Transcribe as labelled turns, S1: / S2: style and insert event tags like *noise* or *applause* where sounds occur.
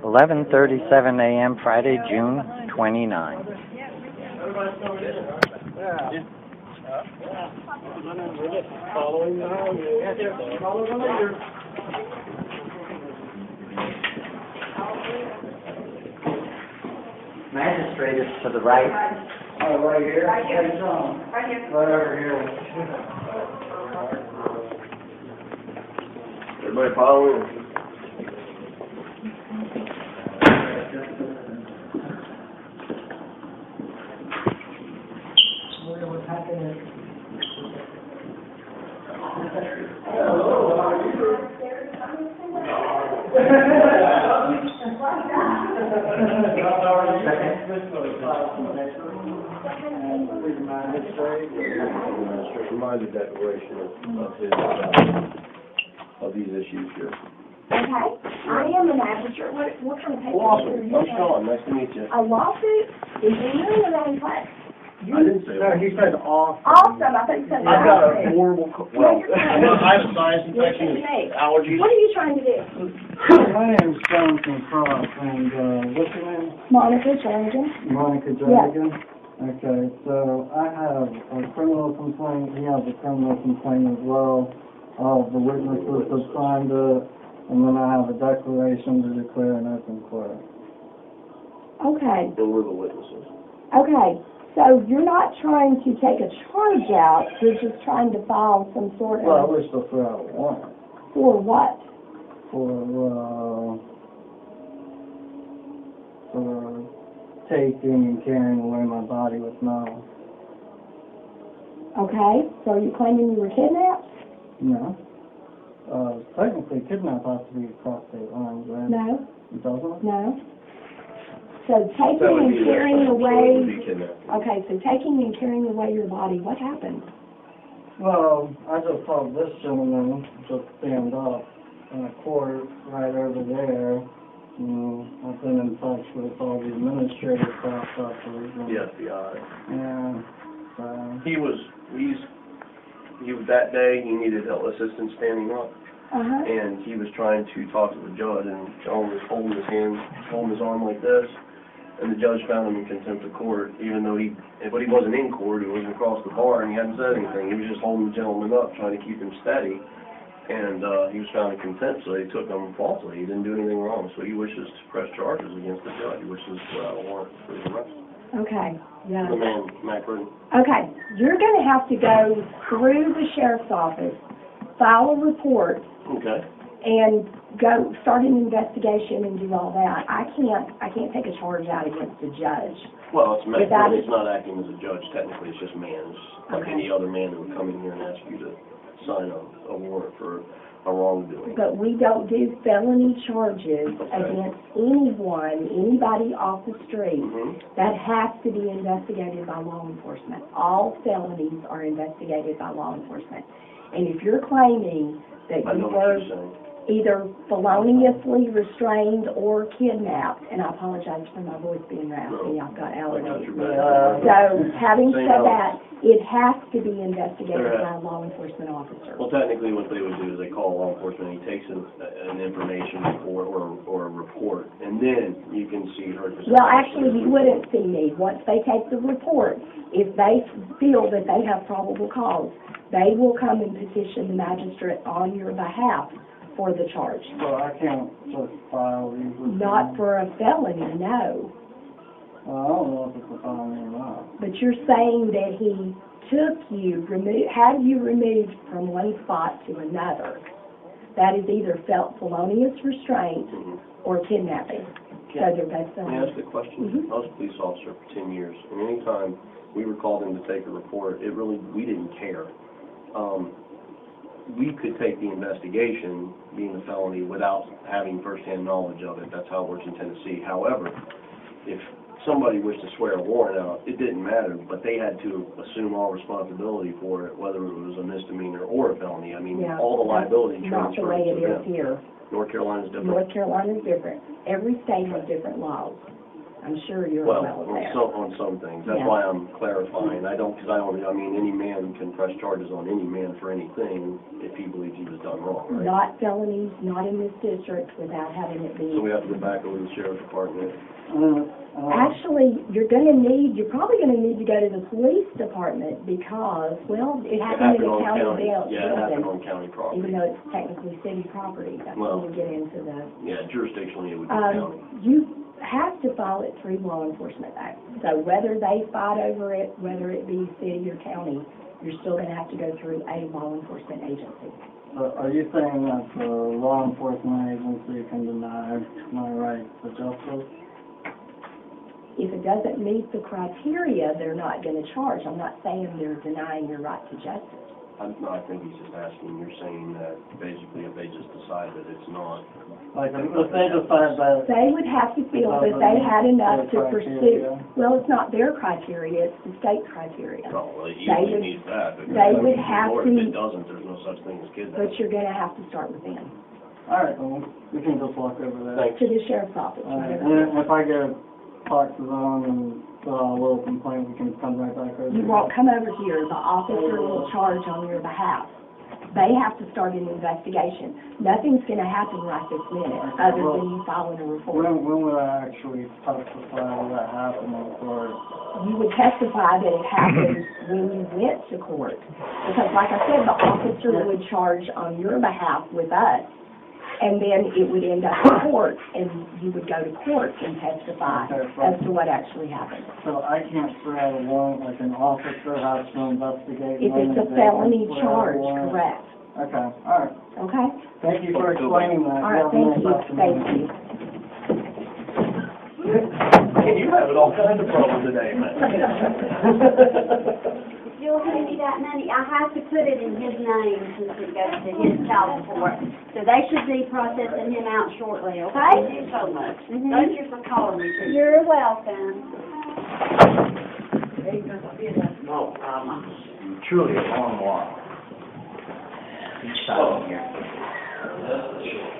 S1: 11:37 a.m., Friday, June 29. Magistrate is to the right.
S2: Oh, right here? Right here. Right here. Right over here.
S3: Everybody following? Just reminded that duration of, of his, uh, of these issues here.
S4: Okay, I am an advocate, what, what kind of papers? are
S3: Awesome,
S4: you
S3: I'm
S4: in?
S3: Sean, nice to meet you.
S4: A lawsuit is illegal in any place.
S3: I didn't say.
S2: No, he said off.
S4: Awesome, I think so.
S3: I've got a horrible, co- well,
S2: *laughs*
S4: Well, you're-
S3: I have a sinus
S4: You're
S3: infection,
S4: me.
S3: allergies.
S4: What are you trying to do?
S2: My name's Jonathan Cross, and, uh, what's your name?
S4: Monica Jordan.
S2: Monica Dragan? Okay, so I have a criminal complaint, he has a criminal complaint as well. All the witnesses have signed it, and then I have a declaration to declare an open court.
S4: Okay,
S3: There were the witnesses.
S4: okay, so you're not trying to take a charge out, you're just trying to file some sort
S2: Well, I
S4: of,
S2: wish to throw out one
S4: for what?
S2: for, uh, for taking and carrying away my body with no,
S4: Okay, so are you claiming you were kidnapped?
S2: no. Uh, technically kidnap has to be across state lines, right?
S4: No,
S2: It doesn't?
S4: no. So taking and carrying away, okay, so taking and carrying away your body, what happened?
S2: Well, I just saw this gentleman just stand up in a court right over there. You know, I've been in touch with all the administrative staff afterwards. and- uh,
S3: The FBI.
S2: Yeah, so,
S3: He was, he's, he, was that day, he needed help, assistance standing up,
S4: Uh-huh.
S3: and he was trying to talk to the judge, and John was holding his hand, holding his arm like this, and the judge found him in contempt of court, even though he, but he wasn't in court, he wasn't across the bar, and he hadn't said anything, he was just holding the gentleman up, trying to keep him steady, and, uh, he was found in contempt, so they took him falsely, he didn't do anything wrong, so he wishes to press charges against the judge, he wishes to out a warrant for his arrest.
S4: Okay, yeah.
S3: The man, Matt Burton.
S4: Okay, you're gonna have to go through the sheriff's office, file a report,
S3: Okay.
S4: and go, start an investigation and do all that. I can't, I can't take a charge out against the judge.
S3: Well, it's man,
S4: Without
S3: it's not acting as a judge technically, it's just man's, like
S4: Okay.
S3: any other man that would come in here and ask you to sign a, a warrant for a wrongdoing.
S4: But we don't do felony charges against anyone, anybody off the street.
S3: Mhm.
S4: That has to be investigated by law enforcement. All felonies are investigated by law enforcement. And if you're claiming that
S3: I know what
S4: you were
S3: you're saying.
S4: either feloniously restrained or kidnapped, and I apologize for my voice being raspy, I've got
S3: I got
S4: allergies.
S3: your
S2: Yeah.
S3: back.
S4: So, having
S3: Same
S4: said
S3: old.
S4: that, it has to be investigated
S3: Correct.
S4: by a law enforcement officer.
S3: Well, technically, what they would do is they call law enforcement, he takes an, an information report or, or a report, and then you can see her.
S4: Well, actually, you wouldn't see me, once they take the report, if they feel that they have probable cause, they will come and petition the magistrate on your behalf for the charge.
S2: so I can't just file these. with
S4: Not
S2: you.
S4: for a felony, no.
S2: Well, Uh, I don't know if it's a felony or not.
S4: But you're saying that he took you, remo- had you removed from one spot to another. That is either fel- felonious restraint
S3: Mhm.
S4: or kidnapping. So
S3: Yeah.
S4: they're
S3: Let
S4: both
S3: me ask
S4: felonies.
S3: you a question.
S4: Mhm.
S3: I was a police officer for ten years, and any time we were called in to take a report, it really, we didn't care. Um, we could take the investigation, being a felony, without having firsthand knowledge of it. That's how it works in Tennessee. However, if somebody wished to swear a warrant out, it didn't matter, but they had to assume all responsibility for it, whether it was a misdemeanor or a felony. I mean,
S4: Yeah.
S3: all the liability
S4: Not the way
S3: transfers
S4: it
S3: to
S4: is
S3: them.
S4: here.
S3: North Carolina's different.
S4: North Carolina's different. Every state has different laws. I'm sure you're
S3: Well,
S4: well
S3: on
S4: aware.
S3: some, on some things, that's
S4: Yeah.
S3: why I'm clarifying, I don't, because I don't, I mean, any man can press charges on any man for anything if he believes he was done wrong, right?
S4: Not felonies, not in this district without having it
S3: So
S4: be.
S3: we have to go back over to the sheriff's department.
S2: Uh, uh,
S4: Actually, you're gonna need, you're probably gonna need to go to the police department because, well, it
S3: It
S4: happened
S3: happened
S4: in
S3: on
S4: the county bail.
S3: Yeah, it happened on county property.
S4: Even though it's technically city property, that's when
S3: Well.
S4: you get into the,
S3: Yeah, jurisdictionally, it would be county.
S4: um, you have to file it through law enforcement act. So whether they fight over it, whether it be city or county, you're still gonna have to go through a law enforcement agency.
S2: so uh, are you saying that the law enforcement agency can deny my right to justice?
S4: If it doesn't meet the criteria, they're not gonna charge. I'm not saying they're denying your right to justice.
S3: I'm, no, I think he's just asking, you're saying that basically if they just decide that it's not,
S2: Like, if if they decide that
S4: They would have to feel that they had enough to
S2: Their
S4: pursue,
S2: criteria.
S4: well, it's not their criteria, it's the state criteria.
S3: probably, he
S4: They
S3: only
S4: would-
S3: needs that, but.
S4: they would have
S3: Or if
S4: to-
S3: it doesn't, there's no such thing as
S4: But
S3: kidnapping.
S4: you're gonna have to start with them,
S2: All right, well, we can just walk over there.
S3: Thanks.
S4: to the sheriff's office,
S2: All right,
S4: whatever.
S2: and if I go talk to them and, uh, we'll complain, we can come right back over.
S4: You won't come over here, the officer will charge on your behalf. They have to start an investigation. Nothing's gonna happen right this minute, other than you filing a report.
S2: When, when would I actually testify that happened in court?
S4: You would testify that it happened when you went to court, because like I said, the officer would charge on your behalf with us, and then it would end up in court, and you would go to court and testify as to what actually happened.
S2: So I can't swear out a warrant, like an officer has to investigate.
S4: If
S2: when
S4: it's a
S2: they
S4: felony
S2: swear out a
S4: charge,
S2: warrant.
S4: correct,
S2: Okay, all right.
S4: okay?
S2: Thank you for explaining that.
S4: All right, thank you, thank you.
S3: Hey, you having all kinds of problems today,
S4: *laughs*
S3: man. *laughs*
S5: You'll pay me that money, I have to put it in his name since it goes to his child support. So they should be processing him out shortly, okay? Thank you so much. Thank you for calling me. You're welcome.
S6: No, um, truly a long walk. Each side of here.